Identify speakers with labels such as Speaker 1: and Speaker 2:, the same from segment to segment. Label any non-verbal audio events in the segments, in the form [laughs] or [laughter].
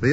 Speaker 1: The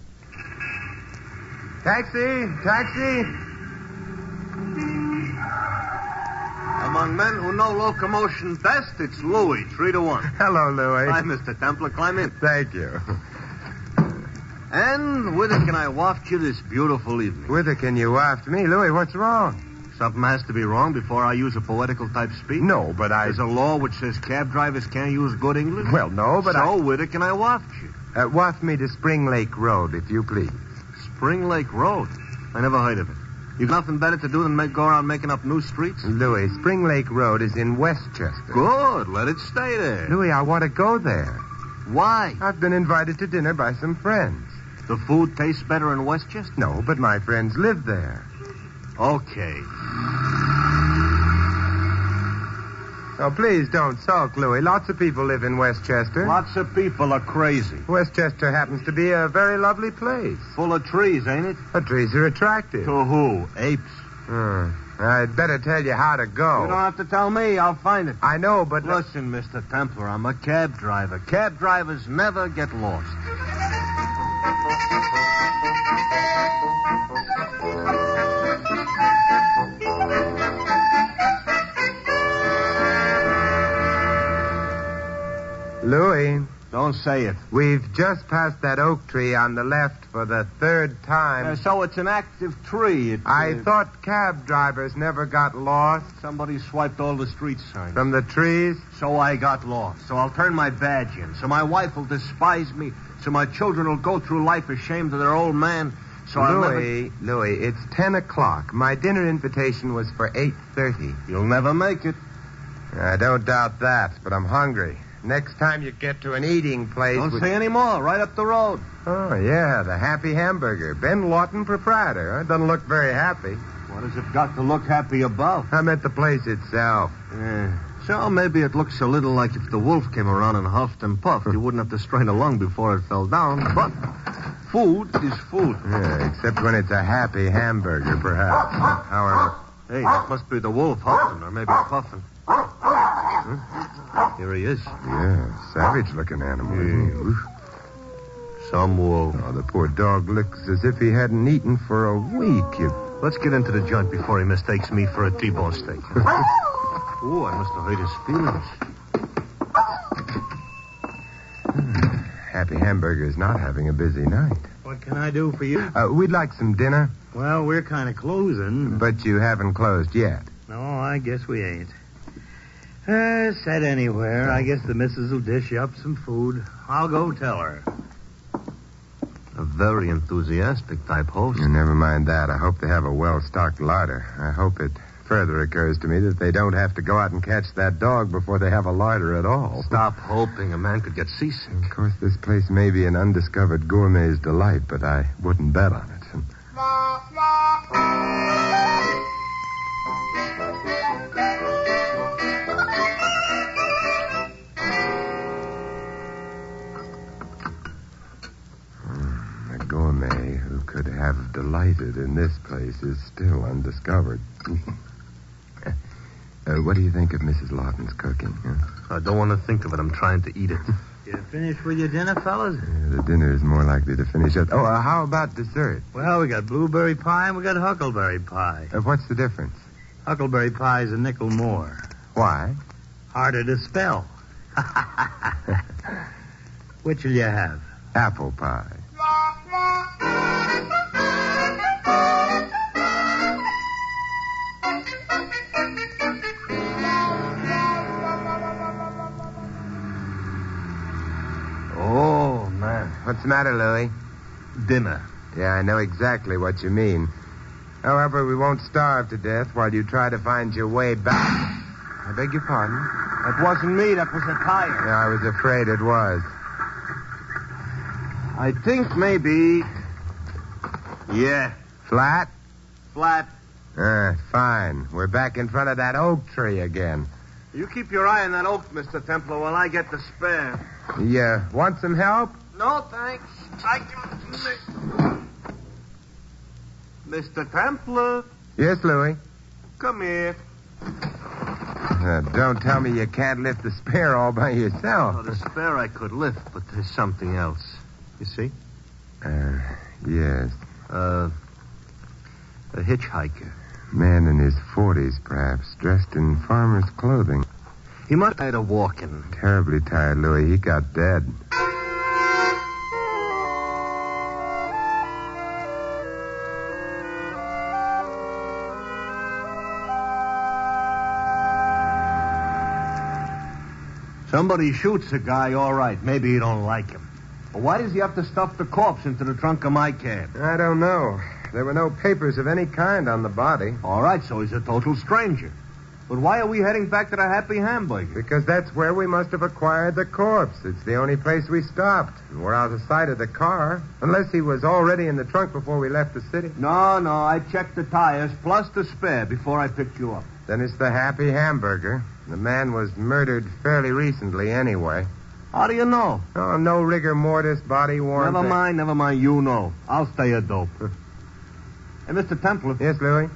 Speaker 2: Taxi! Taxi! Among men who know locomotion best, it's Louis, three to
Speaker 3: [laughs]
Speaker 2: one.
Speaker 3: Hello, Louis.
Speaker 2: Hi, Mr. Templer. Climb in.
Speaker 3: Thank you.
Speaker 2: And whither can I waft you this beautiful evening?
Speaker 3: Whither can you waft me, Louis? What's wrong?
Speaker 2: Something has to be wrong before I use a poetical type speech.
Speaker 3: No, but I.
Speaker 2: There's a law which says cab drivers can't use good English.
Speaker 3: Well, no, but
Speaker 2: so whither can I waft you?
Speaker 3: I. Uh, waft me to Spring Lake Road, if you please.
Speaker 2: Spring Lake Road. I never heard of it. You've nothing better to do than make, go around making up new streets?
Speaker 3: Louis, Spring Lake Road is in Westchester.
Speaker 2: Good. Let it stay there.
Speaker 3: Louis, I want to go there.
Speaker 2: Why?
Speaker 3: I've been invited to dinner by some friends.
Speaker 2: The food tastes better in Westchester?
Speaker 3: No, but my friends live there.
Speaker 2: Okay.
Speaker 3: Oh, please don't sulk, Louis. Lots of people live in Westchester.
Speaker 2: Lots of people are crazy.
Speaker 3: Westchester happens to be a very lovely place.
Speaker 2: Full of trees, ain't it?
Speaker 3: The trees are attractive.
Speaker 2: To who? Apes.
Speaker 3: Hmm. I'd better tell you how to
Speaker 2: You don't
Speaker 3: go.
Speaker 2: have to tell me. I'll find it.
Speaker 3: I know, but
Speaker 2: Listen, Mr. Templar, I'm a cab driver. Cab drivers never get lost.
Speaker 3: Louis,
Speaker 2: Don't say it.
Speaker 3: we've just passed that oak tree on the left for the third time.
Speaker 2: Uh, so it's an active tree. It,
Speaker 3: I
Speaker 2: uh,
Speaker 3: thought cab drivers never got lost
Speaker 2: somebody swiped all the street signs.
Speaker 3: from the trees.
Speaker 2: So I got lost. So I'll turn my badge in. So my wife will despise me. So my children will go through life ashamed of their old man. So I'll never...
Speaker 3: Louis, Louis, it's ten o'clock. My dinner invitation was for eight thirty.
Speaker 2: You'll never make it.
Speaker 3: I don't doubt that, but I'm hungry. Next time you get to an eating place,
Speaker 2: Don't
Speaker 3: with-
Speaker 2: say any more. Right up the road.
Speaker 3: oh yeah, the Happy Hamburger. Ben Lawton, proprietor. Huh? Doesn't look very happy.
Speaker 2: What has it got to look happy about?
Speaker 3: I meant the place itself.
Speaker 2: Yeah. So maybe it looks a little like if the wolf came around and huffed and puffed, you wouldn't have to strain a lung before it fell down. But food is food.
Speaker 3: Yeah, except when it's a Happy Hamburger, perhaps. However,
Speaker 2: Hey, that must be the wolf huffing, or maybe puffing. Huh? Here he is.
Speaker 3: yeah, savage-looking animal. isn't he? Oof.
Speaker 2: Some wolf.
Speaker 3: Oh, the poor dog looks as if he hadn't eaten for a week. You...
Speaker 2: Let's get into the joint before he mistakes me for a T-bone steak. [laughs] oh, I must have hurt his feelings.
Speaker 3: Happy Hamburger's not having a busy night.
Speaker 4: What can I do for you?
Speaker 3: Uh, we'd like some dinner,
Speaker 4: Well, we're kind of closing.
Speaker 3: but you haven't closed yet.
Speaker 4: No, Oh, I guess we ain't. Uh, said anywhere. I guess the missus will dish up some food. I'll go tell her.
Speaker 2: A very enthusiastic type host.
Speaker 3: Yeah, Never mind that. I hope they have a well stocked larder. I hope it further occurs to me that they don't have to go out and catch that dog before they have a larder at all.
Speaker 2: Stop hoping. A man could get seasick.
Speaker 3: Of course, this place may be an undiscovered gourmet's delight, but I wouldn't bet on it. And the gourmet who could have delighted in this place is still undiscovered. [laughs] uh, what do you think of Mrs. Lawton's cooking? Huh?
Speaker 2: I don't want to think of it. I'm trying to eat it.
Speaker 4: You finished with your dinner, fellas?
Speaker 3: Yeah, Uh, the dinner is more likely to finish up. Oh, uh, how about dessert?
Speaker 4: Well, we got blueberry pie and we got huckleberry pie.
Speaker 3: Uh, what's the difference?
Speaker 4: Huckleberry pie's a nickel more.
Speaker 3: Why? [laughs]
Speaker 4: Harder to spell. [laughs] Which'll you have?
Speaker 3: Apple pie.
Speaker 2: Oh, man.
Speaker 3: What's the matter, Louis?
Speaker 2: Dinner.
Speaker 3: Yeah, I know exactly what you mean. However, we won't starve to death while you try to find your way back. I beg your pardon?
Speaker 2: That wasn't me. That was a tire.
Speaker 3: Yeah, I was afraid it was.
Speaker 2: I think maybe Yeah,
Speaker 3: Flat?
Speaker 2: flat.
Speaker 3: Ah, fine. We're back in front of that oak tree again.
Speaker 2: You keep your eye on that oak, Mr. Templar, while I get the spare.
Speaker 3: You uh, want some help?
Speaker 2: No, thanks. I can... Mr. Templar,
Speaker 3: Yes, Louis.
Speaker 2: come here.
Speaker 3: Uh, don't tell me you can't lift the spare all by
Speaker 2: Oh,
Speaker 3: yourself.
Speaker 2: the spare I could lift, but there's something else. You see?
Speaker 3: Uh, yes.
Speaker 2: Uh, a hitchhiker.
Speaker 3: Man in his 40s, perhaps, dressed in farmer's clothing.
Speaker 2: He must have had a walking.
Speaker 3: Terribly tired, Louis. He got dead.
Speaker 2: Somebody shoots a guy, all right. Maybe you don't like him. But why does he have to stuff the corpse into the trunk of my cab?
Speaker 3: I don't know. There were no papers of any kind on the body.
Speaker 2: All right, so he's a total stranger. But why are we heading back to the Happy Hamburger?
Speaker 3: Because that's where we must have acquired the corpse. It's the only place we stopped. And we're out of sight of the car. Unless he was already in the trunk before we left the city.
Speaker 2: No, no, I checked the tires plus the spare before I picked you up.
Speaker 3: Then it's the happy hamburger. The man was murdered fairly recently, anyway.
Speaker 2: How do you know?
Speaker 3: Oh, no rigor mortis, body warmth.
Speaker 2: never mind, never mind. You know. I'll stay a dope. [laughs] hey, Mr. Templar,
Speaker 3: Yes, Louis?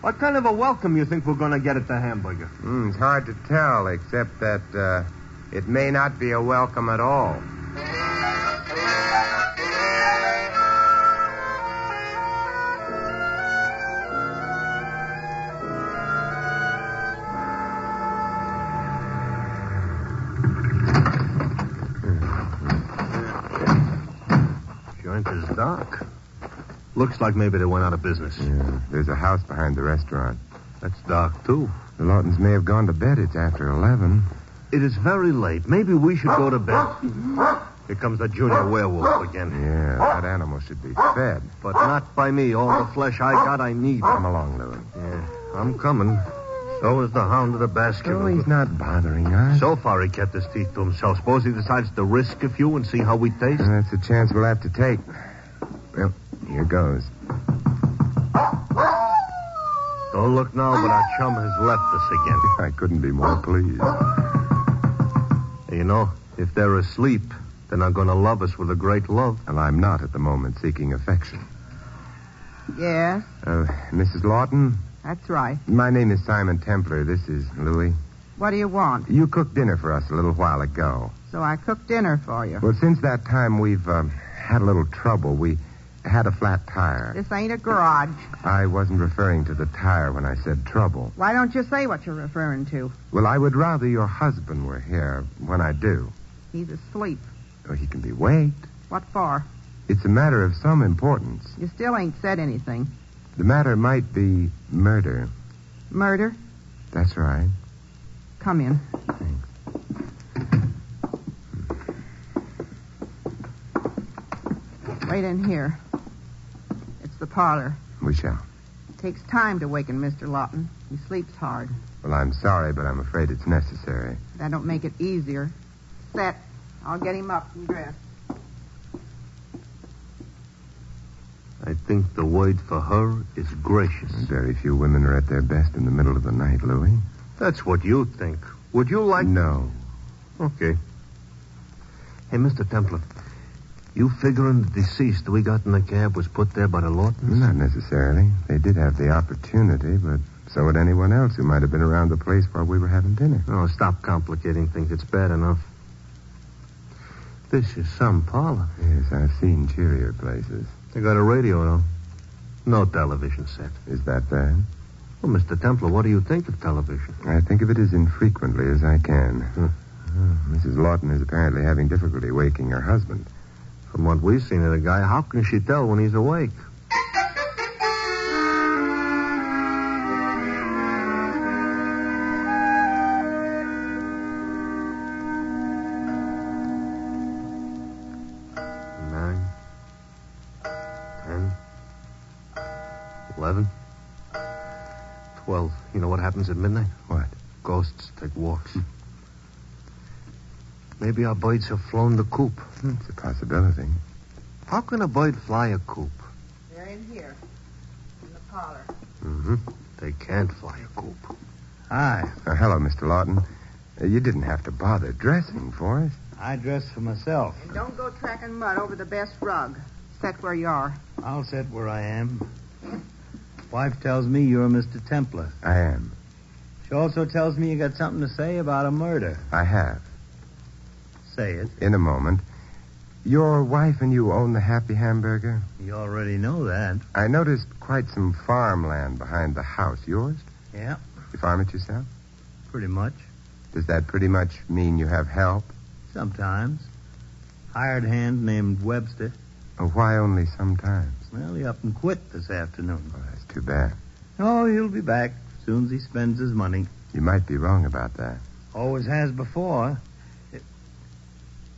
Speaker 2: what kind of a welcome you think we're going to get at the Hamburger?
Speaker 3: Mm, it's hard to tell, except that uh, it may not be a welcome at all.
Speaker 2: Joint is dark. Looks like maybe they went out of business.
Speaker 3: Yeah, there's a house behind the restaurant.
Speaker 2: That's dark, too.
Speaker 3: The Lawtons may have gone to bed. It's after 11.
Speaker 2: It is very late. Maybe we should go to bed. Here comes the junior werewolf again.
Speaker 3: Yeah, that animal should be fed.
Speaker 2: But not by me. All the flesh I got, I need.
Speaker 3: Come along, Louis.
Speaker 2: Yeah, I'm coming. So is the hound of the
Speaker 3: Oh,
Speaker 2: basket.
Speaker 3: he's not bothering us.
Speaker 2: So far, he kept his teeth to himself. Suppose he decides to risk a few and see how we taste.
Speaker 3: Well, that's a chance we'll have to take. Well, here goes. [laughs]
Speaker 2: Don't look now, but our chum has left us again.
Speaker 3: I couldn't be more pleased.
Speaker 2: And You know, if they're asleep, they're not going to love us with a great love.
Speaker 3: Well, I'm not at the moment seeking affection.
Speaker 5: Yes,
Speaker 3: Uh, Mrs. Lawton,
Speaker 5: that's right.
Speaker 3: my name is Simon Templar. This is Louis.
Speaker 5: What do you want?
Speaker 3: You cooked dinner for us a little while ago.
Speaker 5: So I cooked dinner for you.
Speaker 3: Well, since that time, we've um, had a little trouble. We had a flat tire.
Speaker 5: This ain't a garage.
Speaker 3: I wasn't referring to the tire when I said trouble.
Speaker 5: Why don't you say what you're referring to?
Speaker 3: Well, I would rather your husband were here when I do.
Speaker 5: He's asleep.
Speaker 3: Oh, he can be waked.
Speaker 5: What for?
Speaker 3: It's a matter of some importance.
Speaker 5: You still ain't said anything.
Speaker 3: The matter might be murder.
Speaker 5: Murder?
Speaker 3: That's right.
Speaker 5: Come in. Wait in here. It's the parlor.
Speaker 3: We shall.
Speaker 5: Takes time to waken Mr. Lawton. He sleeps hard.
Speaker 3: Well, I'm sorry, but I'm afraid it's necessary.
Speaker 5: That don't make it easier. Set. I'll get him up and dressed.
Speaker 2: I think the word for her is gracious.
Speaker 3: Very few women are at their best in the middle of the night, Louis.
Speaker 2: That's what you think. Would you like?
Speaker 3: No.
Speaker 2: Okay. Hey, Mister Templar, you figuring the deceased we got in the cab was put there by the Lawtons?
Speaker 3: Not necessarily. They did have the opportunity, but so would anyone else who might have been around the place while we were having dinner.
Speaker 2: Oh, stop complicating things. It's bad enough. This is some parlor.
Speaker 3: Yes, I've seen cheerier places.
Speaker 2: They got a radio, though. No television set.
Speaker 3: Is that bad?
Speaker 2: Well, Mr. Templar, what do you think of television?
Speaker 3: I think of it as infrequently as I can.
Speaker 2: Hmm.
Speaker 3: Oh, Mrs. Lawton is apparently having difficulty waking her husband.
Speaker 2: From what we've seen of the guy, how can she tell when he's awake? Nine, ten, eleven, twelve. You know what happens at midnight?
Speaker 3: What?
Speaker 2: Ghosts take walks. Maybe our birds have flown the coop.
Speaker 3: It's a possibility.
Speaker 2: How can a bird fly a coop?
Speaker 5: They're in here. collar.
Speaker 3: Mm-hmm.
Speaker 2: They can't fly a coop.
Speaker 1: Hi.
Speaker 3: Oh, hello, Mr. Lawton. Uh, you didn't have to bother dressing for us.
Speaker 1: I dress for myself.
Speaker 5: And don't go tracking mud over the best rug. Set where you are.
Speaker 1: I'll sit where I am. Wife tells me you're Mr. Templar.
Speaker 3: I am.
Speaker 1: She also tells me you got something to say about a murder.
Speaker 3: I have.
Speaker 1: Say it.
Speaker 3: In a moment. Your wife and you own the Happy Hamburger?
Speaker 1: You already know that.
Speaker 3: I noticed quite some farmland behind the house. Yours?
Speaker 1: Yeah,
Speaker 3: You farm it yourself?
Speaker 1: pretty much.
Speaker 3: Does that pretty much mean you have help?
Speaker 1: Sometimes. Hired hand named Webster.
Speaker 3: Or why only sometimes?
Speaker 1: Well, he up and quit this afternoon.
Speaker 3: Well, that's too bad.
Speaker 1: Oh, he'll be back as soon as he spends his money.
Speaker 3: You might be wrong about that.
Speaker 1: Always has before. It-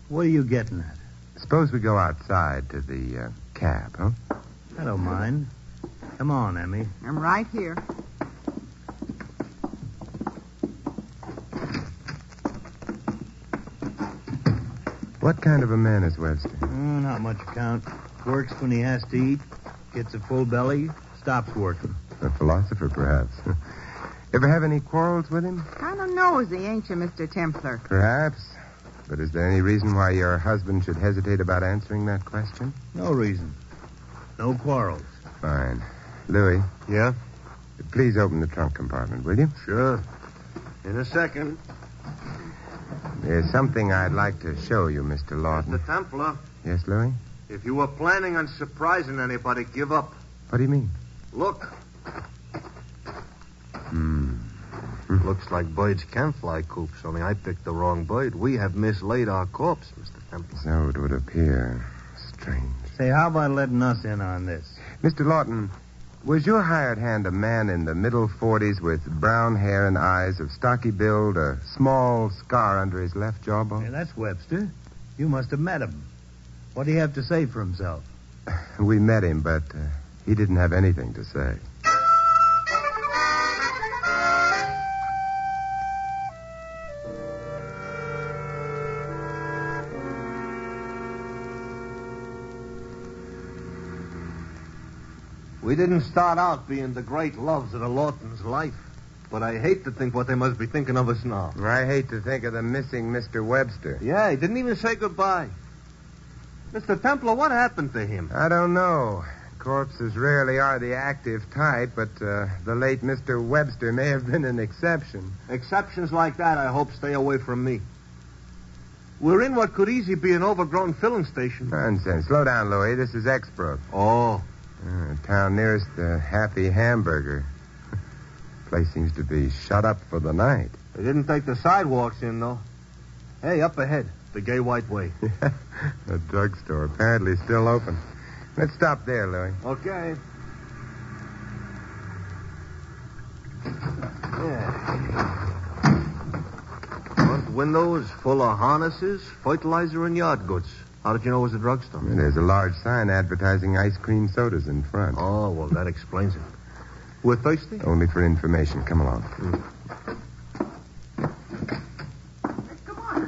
Speaker 1: What are you getting at?
Speaker 3: Suppose we go outside to the uh, cab, huh?
Speaker 1: I don't mind. Come on, Emmy.
Speaker 5: I'm right here.
Speaker 3: What kind of a man is Webster?
Speaker 1: Oh, not much account. Works when he has to eat, gets a full belly, stops working.
Speaker 3: A philosopher, perhaps. [laughs] Ever have any quarrels with him?
Speaker 5: Kind of nosy, ain't you, Mr. Templar?
Speaker 3: Perhaps. But is there any reason why your husband should hesitate about answering that question?
Speaker 1: No reason. No quarrels.
Speaker 3: Fine. Louis,
Speaker 2: Yeah?
Speaker 3: please open the trunk compartment, will you?
Speaker 2: Sure. In a second.
Speaker 3: There's something I'd like to show you, Mr. Lawton.
Speaker 2: Mr. Templar,
Speaker 3: Yes, Louis?
Speaker 2: if you were planning on surprising anybody, give up.
Speaker 3: What do you mean?
Speaker 2: Look.
Speaker 3: Hmm.
Speaker 2: Looks like birds can fly coops, only I picked the wrong bird. We have mislaid our corpse, Mr. Templar.
Speaker 3: So it would appear. Strange.
Speaker 1: Say, how about letting us in on this?
Speaker 3: Mr. Lawton, was your hired hand a man in the middle 40s with brown hair and eyes, of stocky build, a small scar under his left
Speaker 1: Hey,
Speaker 3: jawbone?
Speaker 1: that's Webster. You must have met him. What do you have to say for himself?
Speaker 3: [laughs] We met him, but uh, he didn't have anything to say.
Speaker 2: We didn't start out being the great loves of the Lawton's life, but I hate to think what they must be thinking of us now.
Speaker 3: I hate to think of the missing Mr. Webster.
Speaker 2: Yeah, he didn't even say goodbye. Mr. Templar, what happened to him?
Speaker 3: I don't know. Corpses rarely are the active type, but uh, the late Mr. Webster may have been an exception.
Speaker 2: Exceptions like that, I hope, stay away from me. We're in what could easily be an overgrown filling station.
Speaker 3: Nonsense. Slow down, Louis. This is Exbrook,
Speaker 2: Oh,
Speaker 3: uh, town nearest the Happy Hamburger. [laughs] Place seems to be shut up for the night. [laughs]
Speaker 2: they didn't take the sidewalks in, though. Hey, up ahead, the gay white way.
Speaker 3: the drugstore apparently still open. Let's stop there, Louis.
Speaker 2: Okay. Yeah. Front window is full of harnesses, fertilizer, and yard goods. How did you know it was a drugstore?
Speaker 3: There's a large sign advertising ice cream sodas in front.
Speaker 2: Oh, well, that explains it. We're thirsty?
Speaker 3: Only for information. Come along.
Speaker 5: Come on,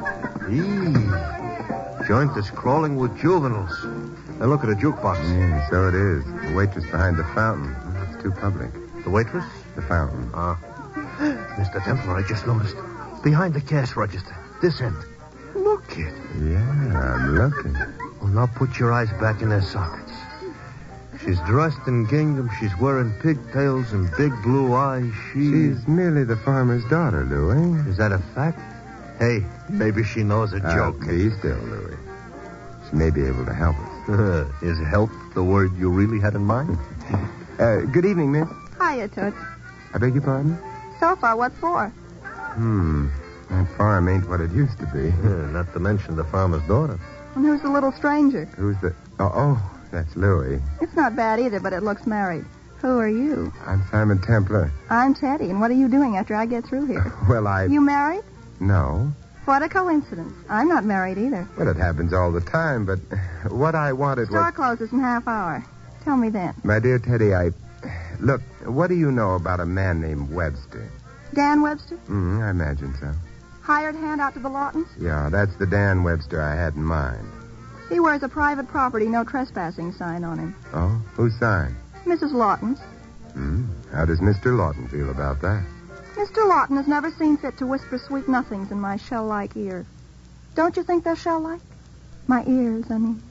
Speaker 5: Mark.
Speaker 2: Eee. Joint is crawling with juveniles. Now look at a jukebox.
Speaker 3: Yeah, Mm, so it is. The waitress behind the fountain. It's too public.
Speaker 2: The waitress?
Speaker 3: The fountain.
Speaker 2: Ah. Mr. Templar, I just noticed. Behind the cash register. This end. Look, kid.
Speaker 3: Yeah, I'm looking.
Speaker 2: Well, now put your eyes back in their sockets. She's dressed in gingham. She's wearing pigtails and big blue eyes. She's.
Speaker 3: She's merely the farmer's daughter, Louis.
Speaker 2: Is that a fact? Hey, maybe she knows a joke.
Speaker 3: Uh, be still, Louis. She may be able to help us.
Speaker 2: [laughs] Is help the word you really had in mind?
Speaker 3: Uh, good evening, miss.
Speaker 5: Hiya, Toots.
Speaker 3: I beg your pardon?
Speaker 5: Sofa, what for?
Speaker 3: Hmm. That farm ain't what it used to be.
Speaker 2: [laughs] not to mention the farmer's daughter.
Speaker 5: And who's the little stranger?
Speaker 3: Who's the. Oh, oh, that's Louis.
Speaker 5: It's not bad either, but it looks married. Who are you?
Speaker 3: I'm Simon Templar. [laughs]
Speaker 5: I'm Teddy, and what are you doing after I get through here?
Speaker 3: Well, I.
Speaker 5: You married?
Speaker 3: No.
Speaker 5: What a coincidence. I'm not married either.
Speaker 3: Well, it happens all the time, but [laughs] what I wanted
Speaker 5: Store
Speaker 3: was.
Speaker 5: closes in half hour. Tell me then.
Speaker 3: My dear Teddy, I. Look, what do you know about a man named Webster?
Speaker 5: Dan Webster?
Speaker 3: Mm, I imagine so.
Speaker 5: Hired hand out to the Lawtons?
Speaker 3: Yeah, that's the Dan Webster I had in mind.
Speaker 5: He wears a private property, no trespassing sign on him.
Speaker 3: Oh, who signed?
Speaker 6: Mrs. Lawton's.
Speaker 3: Hmm? How does Mr. Lawton feel about that?
Speaker 6: Mr. Lawton has never seen fit to whisper sweet nothings in my shell-like ear. Don't you think they're shell-like? My ears, I mean.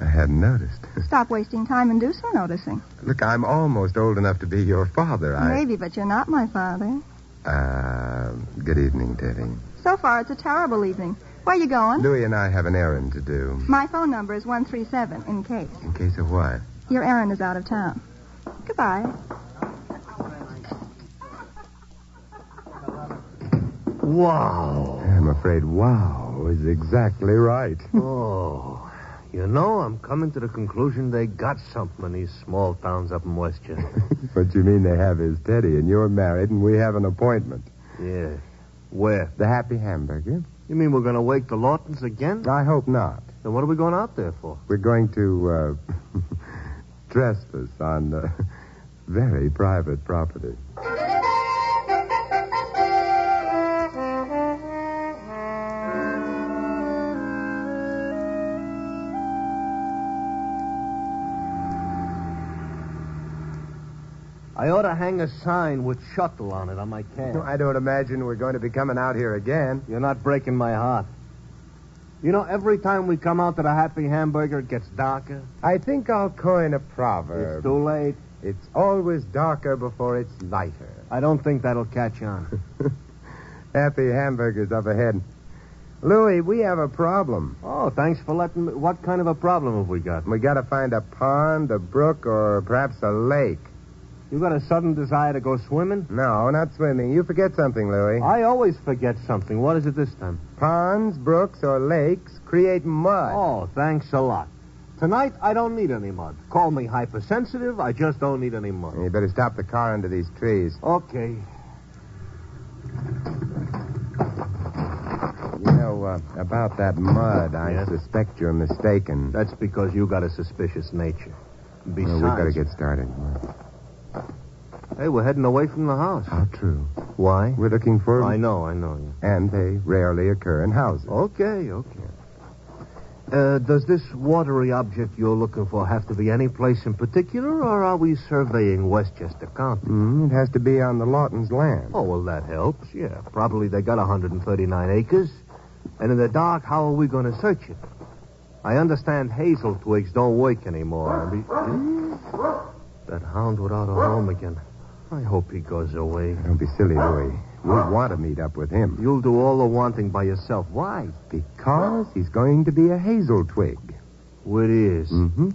Speaker 3: I hadn't noticed. [laughs]
Speaker 6: Stop wasting time and do some noticing.
Speaker 3: Look, I'm almost old enough to be your father. I.
Speaker 6: Maybe, but you're not my father.
Speaker 3: Uh, good evening, Teddy.
Speaker 6: So far, it's a terrible evening. Where you going?
Speaker 3: Louis and I have an errand to do.
Speaker 6: My phone number is 137, in case.
Speaker 3: In case of what?
Speaker 6: Your errand is out of town. Goodbye.
Speaker 2: Wow.
Speaker 3: I'm afraid wow is exactly right.
Speaker 2: [laughs]
Speaker 3: [laughs]
Speaker 2: Oh. You know, I'm coming to the conclusion they got something in these small towns up in Westchester.
Speaker 3: what you mean they have is Teddy, and you're married, and we have an appointment.
Speaker 2: yeah. Where?
Speaker 3: The Happy Hamburger?
Speaker 2: You mean we're going to wake the Lawtons again?
Speaker 3: I hope not.
Speaker 2: Then what are we going out there for?
Speaker 3: We're going to uh, [laughs] trespass on uh, [laughs] very private property.
Speaker 2: I ought to hang a sign with shuttle on it on my cab.
Speaker 3: I don't imagine we're going to be coming out here again.
Speaker 2: You're not breaking my heart. You know, every time we come out to the Happy Hamburger, it gets darker.
Speaker 3: I think I'll coin a proverb.
Speaker 2: It's too late.
Speaker 3: It's always darker before it's lighter.
Speaker 2: I don't think that'll catch [laughs] on.
Speaker 3: Happy hamburgers up ahead. Louis, we have a problem.
Speaker 2: Oh, thanks for letting me. What kind of a problem have we got?
Speaker 3: We got to find a pond, a brook, or perhaps a lake.
Speaker 2: You got a sudden desire to go swimming?
Speaker 3: No, not swimming. You forget something, Louis.
Speaker 2: I always forget something. What is it this time?
Speaker 3: Ponds, brooks, or lakes create mud.
Speaker 2: Oh, thanks a lot. Tonight, I don't need any mud. Call me hypersensitive. I just don't need any mud.
Speaker 3: You better stop the car under these trees.
Speaker 2: Okay.
Speaker 3: You know, uh, about that mud, I
Speaker 2: Yes?
Speaker 3: suspect you're mistaken.
Speaker 2: That's because you got a suspicious nature.
Speaker 3: Well,
Speaker 2: Besides,
Speaker 3: we better get started.
Speaker 2: hey, we're heading away from the house.
Speaker 3: How true.
Speaker 2: Ah, Why?
Speaker 3: We're looking for.
Speaker 2: I know, I know. yeah.
Speaker 3: And they rarely occur in houses.
Speaker 2: Okay, okay. Uh, does this watery object you're looking for have to be any place in particular, or are we surveying Westchester County?
Speaker 3: Mm, it has to be on the Lawton's land.
Speaker 2: Oh, well, that helps, yeah. Probably they got 139 acres. And in the dark, how are we going to search it? I understand hazel twigs don't work anymore. I mean- That hound without a home again. I hope he goes away.
Speaker 3: Don't be silly, Louis. We want to meet up with him
Speaker 2: You'll do all the wanting by yourself. Why?
Speaker 3: because he's going to be a hazel twig.
Speaker 2: What is?
Speaker 3: Mm-hmm.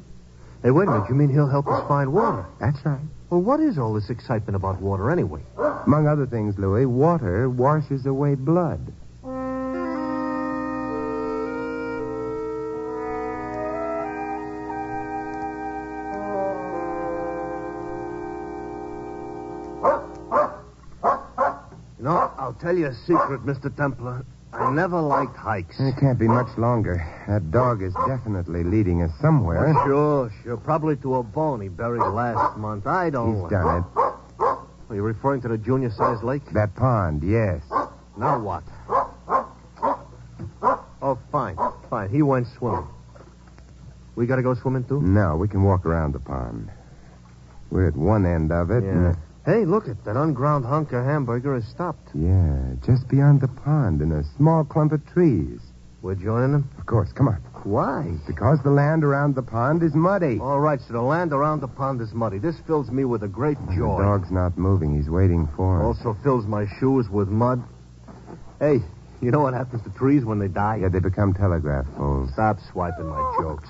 Speaker 2: Hey, wait a minute. You mean he'll help us find water?
Speaker 3: That's right.
Speaker 2: Well, what is all this excitement about water anyway?
Speaker 3: Among other things, Louis, water washes away blood.
Speaker 2: You know, I'll tell you a secret, Mr. Templar. I never liked hikes.
Speaker 3: It can't be much longer. That dog is definitely leading us somewhere.
Speaker 2: Sure, sure. Probably to a bone he buried last month. I don't.
Speaker 3: He's done it.
Speaker 2: Are you referring to the junior sized lake?
Speaker 3: That pond, yes.
Speaker 2: Now what? Oh, fine, fine. He went swimming. We got to go swimming too.
Speaker 3: No, we can walk around the pond. We're at one end of it. and-
Speaker 2: Hey, look it. That unground hunk of hamburger is stopped.
Speaker 3: yeah, just beyond the pond in a small clump of trees.
Speaker 2: We're joining him.
Speaker 3: Of course, come on.
Speaker 2: Why?
Speaker 3: Because the land around the pond is muddy.
Speaker 2: All right, so the land around the pond is muddy. This fills me with a great joy.
Speaker 3: The dog's not moving. He's waiting for us.
Speaker 2: Also fills my shoes with mud. Hey, you know what happens to trees when they die?
Speaker 3: Yeah, they become telegraph poles.
Speaker 2: Stop swiping my jokes.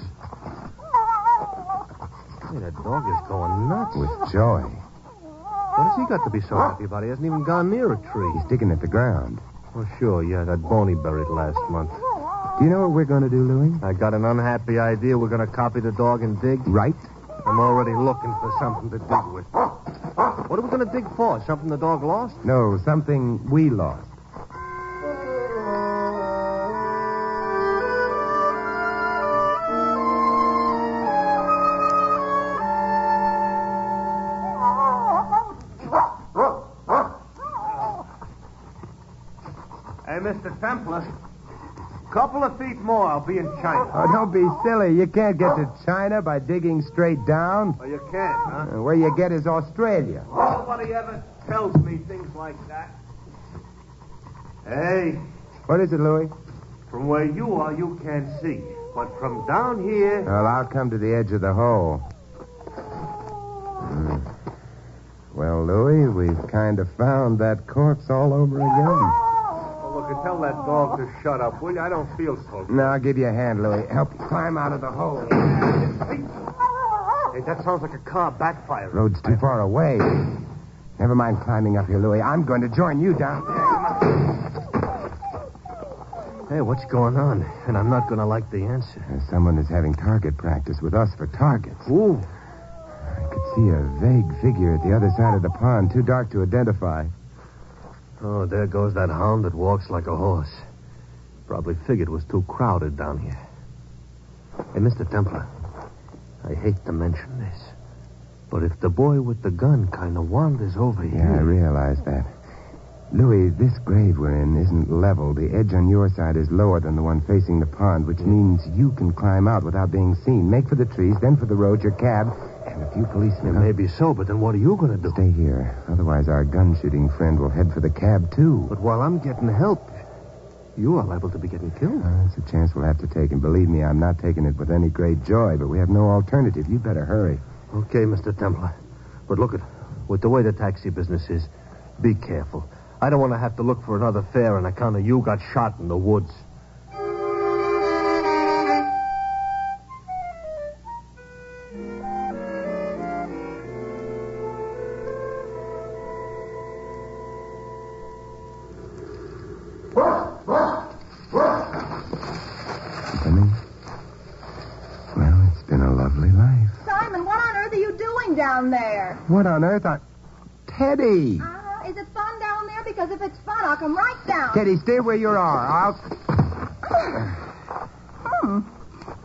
Speaker 2: Hey, that dog is going nuts.
Speaker 3: With joy.
Speaker 2: What has he got to be so happy about? He hasn't even gone near a tree.
Speaker 3: He's digging at the ground.
Speaker 2: Oh, sure, yeah, that bone he buried last month.
Speaker 3: Do you know what we're going to do, Louis?
Speaker 2: I got an unhappy idea. We're going to copy the dog and dig.
Speaker 3: Right?
Speaker 2: I'm already looking for something to dig with. What are we going to dig for? Something the dog lost?
Speaker 3: No, something we lost.
Speaker 2: Hey, Mr. Templar. Couple of feet more, I'll be in China.
Speaker 7: Oh, don't be silly. You can't get to China by digging straight down.
Speaker 2: Oh, you can't, huh?
Speaker 7: Uh, Where you get is Australia.
Speaker 2: Nobody ever tells me things like that. Hey,
Speaker 7: What is it, Louis?
Speaker 2: from where you are, you can't see. But from down here,
Speaker 3: Well, I'll come to the edge of the hole. Hmm. Well, Louis, we've kind of found that corpse all over again.
Speaker 2: oh, look, tell that dog to shut up, will you? I don't feel so
Speaker 3: Now, I'll give you a hand, Louis. Help you climb out of the hole.
Speaker 2: Hey, that sounds like a car backfiring.
Speaker 3: Road's too far away. Never mind climbing up here, Louis. I'm going to join you down there.
Speaker 2: Hey, what's going on? And I'm not going to like the answer.
Speaker 3: Uh, Someone is having target practice with us for targets.
Speaker 2: Ooh.
Speaker 3: I could see a vague figure at the other side of the pond, too dark to identify.
Speaker 2: Oh, there goes that hound that walks like a horse. Probably figured it was too crowded down here. Hey, Mr. Templar, I hate to mention this, but if the boy with the gun kind of wanders over
Speaker 3: Yeah, I
Speaker 2: here.
Speaker 3: realize that. Louis, this grave we're in isn't level. The edge on your side is lower than the one facing the pond, which means you can climb out without being seen. Make for the trees, then for the road, your cab, and a few policemen.
Speaker 2: It may be so, but then what are you going to do?
Speaker 3: Stay here. Otherwise, our gun shooting friend will head for the cab, too.
Speaker 2: But while I'm getting help, you are liable to be getting killed.
Speaker 3: Uh, it's a chance we'll have to take, and believe me, I'm not taking it with any great joy, but we have no alternative. You better hurry.
Speaker 2: Okay, Mr. Templar. But look at with the way the taxi business is, be careful. I don't want to have to look for another fare on account of you got shot in the woods.
Speaker 3: Coming? Well, it's been a lovely life.
Speaker 6: Simon, what on earth are you doing down there?
Speaker 3: What on earth? I... Teddy!
Speaker 6: Uh-huh. Is it fun down there? Because if it's fun, I'll come right down.
Speaker 3: Teddy, stay where you are. I'll.
Speaker 6: Hmm.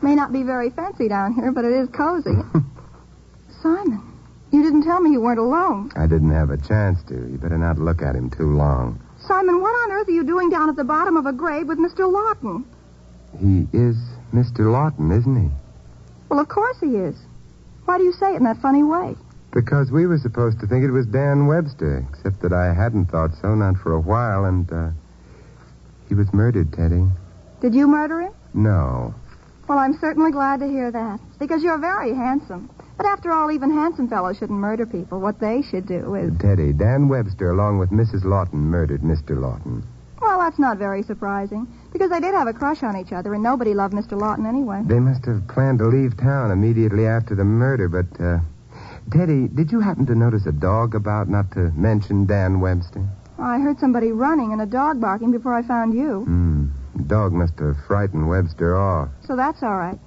Speaker 6: May not be very fancy down here, but it is [laughs] cozy. Simon, you didn't tell me you weren't alone.
Speaker 3: I didn't have a chance to. You better not look at him too long.
Speaker 6: Simon, what on earth are you doing down at the bottom of a grave with Mr. Lawton?
Speaker 3: He is Mr. Lawton, isn't he?
Speaker 6: Well, of course he is. Why do you say it in that funny way?
Speaker 3: Because we were supposed to think it was Dan Webster, except that I hadn't thought so, not for a while, and, uh. He was murdered, Teddy.
Speaker 6: Did you murder him?
Speaker 3: No.
Speaker 6: Well, I'm certainly glad to hear that, because you're very handsome. But after all, even handsome fellows shouldn't murder people. What they should do is.
Speaker 3: Teddy, Dan Webster, along with Mrs. Lawton, murdered Mr. Lawton.
Speaker 6: Well, that's not very surprising, because they did have a crush on each other, and nobody loved Mr. Lawton anyway.
Speaker 3: They must have planned to leave town immediately after the murder, but, uh. Teddy, did you happen to notice a dog about not to mention Dan Webster?
Speaker 6: I heard somebody running and a dog barking before I found you,
Speaker 3: Hmm. Dog must have frightened Webster off.
Speaker 6: so that's all right.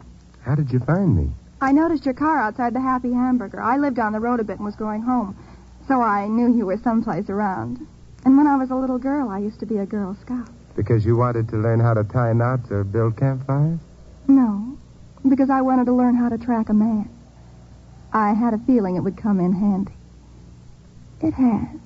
Speaker 3: How did you find me?
Speaker 6: I noticed your car outside the Happy Hamburger. I lived on the road a bit and was going home, so I knew you were someplace around. And when I was a little girl, I used to be a Girl Scout.
Speaker 3: Because you wanted to learn how to tie knots or build campfires?
Speaker 6: No, because I wanted to learn how to track a man. I had a feeling it would come in handy. It has.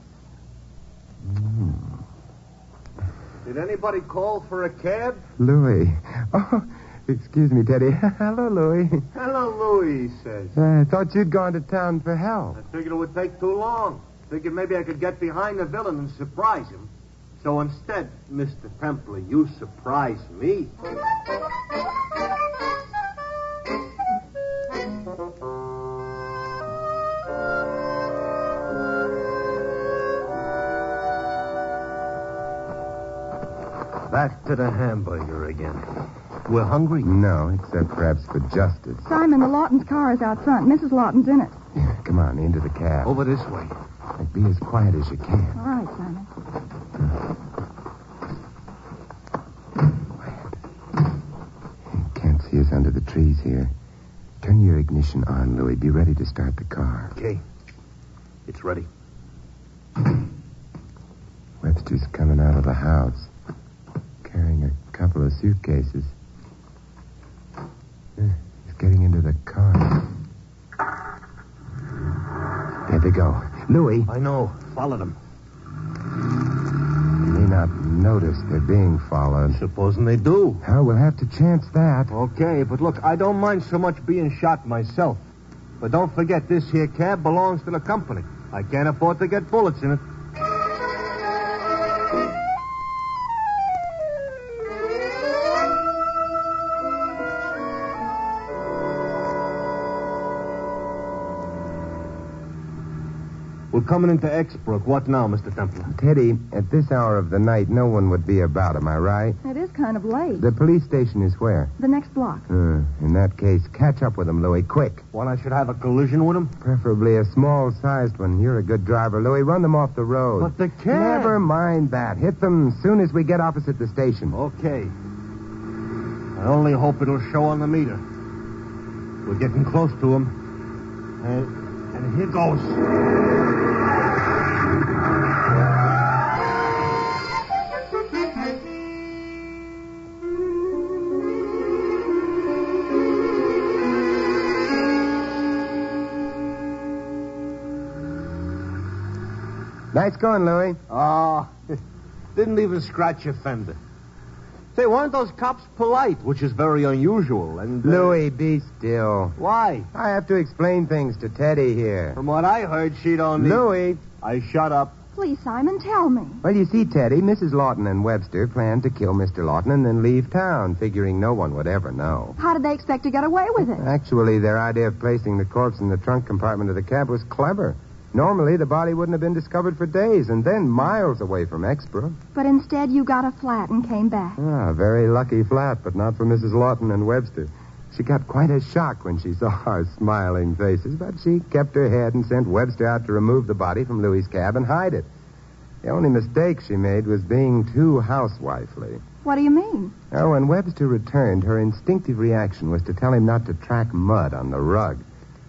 Speaker 2: Did anybody call for a cab?
Speaker 3: Louis. Oh, excuse me, Teddy. [laughs] Hello, Louis.
Speaker 2: Hello, Louis, he says.
Speaker 3: I thought you'd gone to town for help.
Speaker 2: I figured it would take too long. Figured maybe I could get behind the villain and surprise him. So instead, Mr. Templar, you surprise me. Back to the hamburger again. We're hungry.
Speaker 3: No, except perhaps for justice.
Speaker 6: Simon, the Lawton's car is out front. Mrs. Lawton's in it.
Speaker 3: Come on, into the cab.
Speaker 2: Over this way.
Speaker 3: Like, be as quiet as you can.
Speaker 6: All right, Simon.
Speaker 3: Can't see us under the trees here. Turn your ignition on, Louis. Be ready to start the car.
Speaker 2: Okay. It's ready.
Speaker 3: Webster's coming out of the house, carrying a couple of suitcases. Eh, He's getting into the car. There they go. Louis,
Speaker 2: I know. Followed him.
Speaker 3: you may not not notice they're being followed.
Speaker 2: Supposing they do.
Speaker 3: Oh, we'll have to chance that.
Speaker 2: Okay, but look, I don't mind so much being shot myself. But don't forget, this here cab belongs to the company. I can't afford to get bullets in it. We're coming into Exbrook. What now, Mr. Templar?
Speaker 3: Teddy, at this hour of the night, no one would be about, am I right?
Speaker 6: It is kind of late.
Speaker 3: The police station is where?
Speaker 6: The next block.
Speaker 3: Uh, in that case, catch up with them, Louis, quick.
Speaker 2: What, I should have a collision with him?
Speaker 3: Preferably a small sized one. You're a good driver, Louis. Run them off the road.
Speaker 2: But the cab...
Speaker 3: Never mind that. Hit them as soon as we get opposite the station.
Speaker 2: Oh. Okay. I only hope it'll show on the meter. We're getting close to him. And, and here goes.
Speaker 3: Nice going, Louis.
Speaker 2: Ah, [laughs] didn't even scratch your fender. Say, weren't those cops polite, which is very unusual, and... uh,
Speaker 3: Louis, be still.
Speaker 2: Why?
Speaker 3: I have to explain things to Teddy here.
Speaker 2: From what I heard, she don't need...
Speaker 3: Louis.
Speaker 2: I shut up.
Speaker 6: Please, Simon, tell me.
Speaker 3: Well, you see, Teddy, Mrs. Lawton and Webster planned to kill Mr. Lawton and then leave town, figuring no one would ever know.
Speaker 6: How did they expect to get away with it?
Speaker 3: Actually, their idea of placing the corpse in the trunk compartment of the cab was clever. Normally, the body wouldn't have been discovered for days, and then miles away from Exborough.
Speaker 6: But instead, you got a flat and came back.
Speaker 3: Ah, very lucky flat, but not for Mrs. Lawton and Webster. She got quite a shock when she [laughs] saw our smiling faces, but she kept her head and sent Webster out to remove the body from Louis's cab and hide it. The only mistake she made was being too housewifely.
Speaker 6: What do you mean?
Speaker 3: Oh, when Webster returned, her instinctive reaction was to tell him not to track mud on the rug.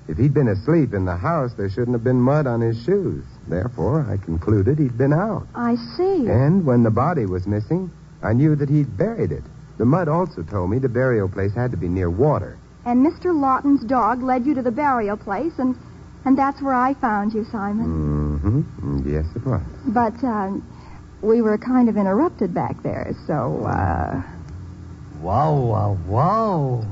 Speaker 3: If he'd been asleep in the house, there shouldn't have been mud on his shoes. Therefore, I concluded he'd been out.
Speaker 6: I see.
Speaker 3: And when the body was missing, I knew that he'd buried it. The mud also told me the burial place had to be near water.
Speaker 6: And Mr. Lawton's dog led you to the burial place, and and that's where I found you, Simon.
Speaker 3: Mm-hmm. Yes, it was.
Speaker 6: But um, we were kind of interrupted back there, so uh,
Speaker 2: Wow, wow, wow.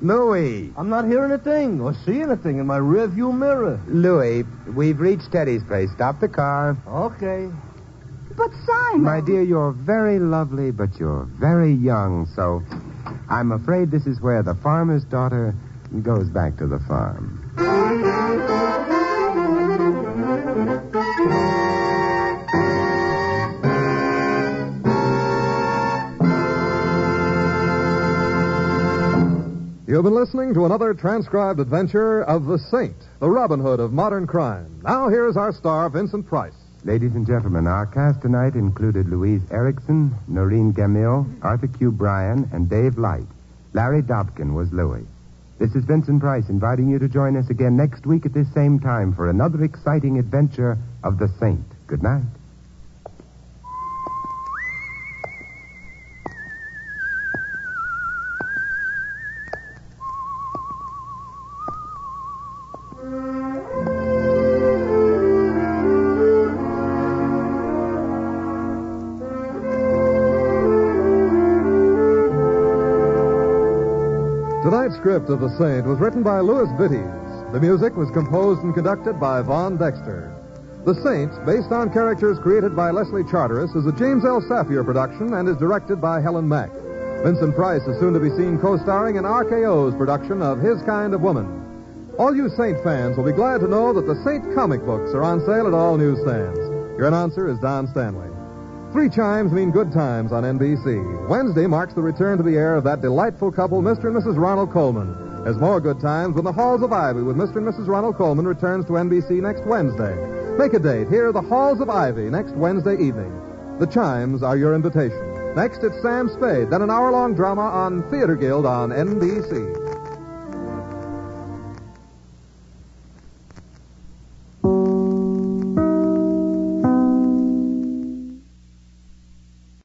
Speaker 3: Louis!
Speaker 2: Oh, I'm not hearing a thing or seeing a thing in my rearview mirror.
Speaker 3: Louis, we've reached Teddy's place. Stop the car.
Speaker 2: Okay.
Speaker 6: but Simon.
Speaker 3: My dear, you're very lovely, but you're very young, so I'm afraid this is where the farmer's daughter goes back to the farm.
Speaker 1: You've been listening to another transcribed adventure of The Saint, the Robin Hood of modern crime. Now here's our star, Vincent Price.
Speaker 3: Ladies and gentlemen, our cast tonight included Louise Erickson, Noreen Gamil, Arthur Q. Bryan, and Dave Light. Larry Dobkin was Louis. This is Vincent Price inviting you to join us again next week at this same time for another exciting adventure of The Saint. Good night.
Speaker 1: Tonight's script of The Saint was written by Louis Vittes. The music was composed and conducted by Von Dexter. The Saint, based on characters created by Leslie Charteris, is a James L. Safier production and is directed by Helen Mack. Vincent Price is soon to be seen co-starring in RKO's production of His Kind of Woman. All you Saint fans will be glad to know that the Saint comic books are on sale at all newsstands. Your announcer is Don Stanley. Three chimes mean good times on NBC. Wednesday marks the return to the air of that delightful couple, Mr. and Mrs. Ronald Coleman. There's more good times when the Halls of Ivy with Mr. and Mrs. Ronald Coleman returns to NBC next Wednesday. Make a date. Here are the Halls of Ivy next Wednesday evening. The chimes are your invitation. Next, it's Sam Spade, then an hour-long drama on Theater Guild on NBC.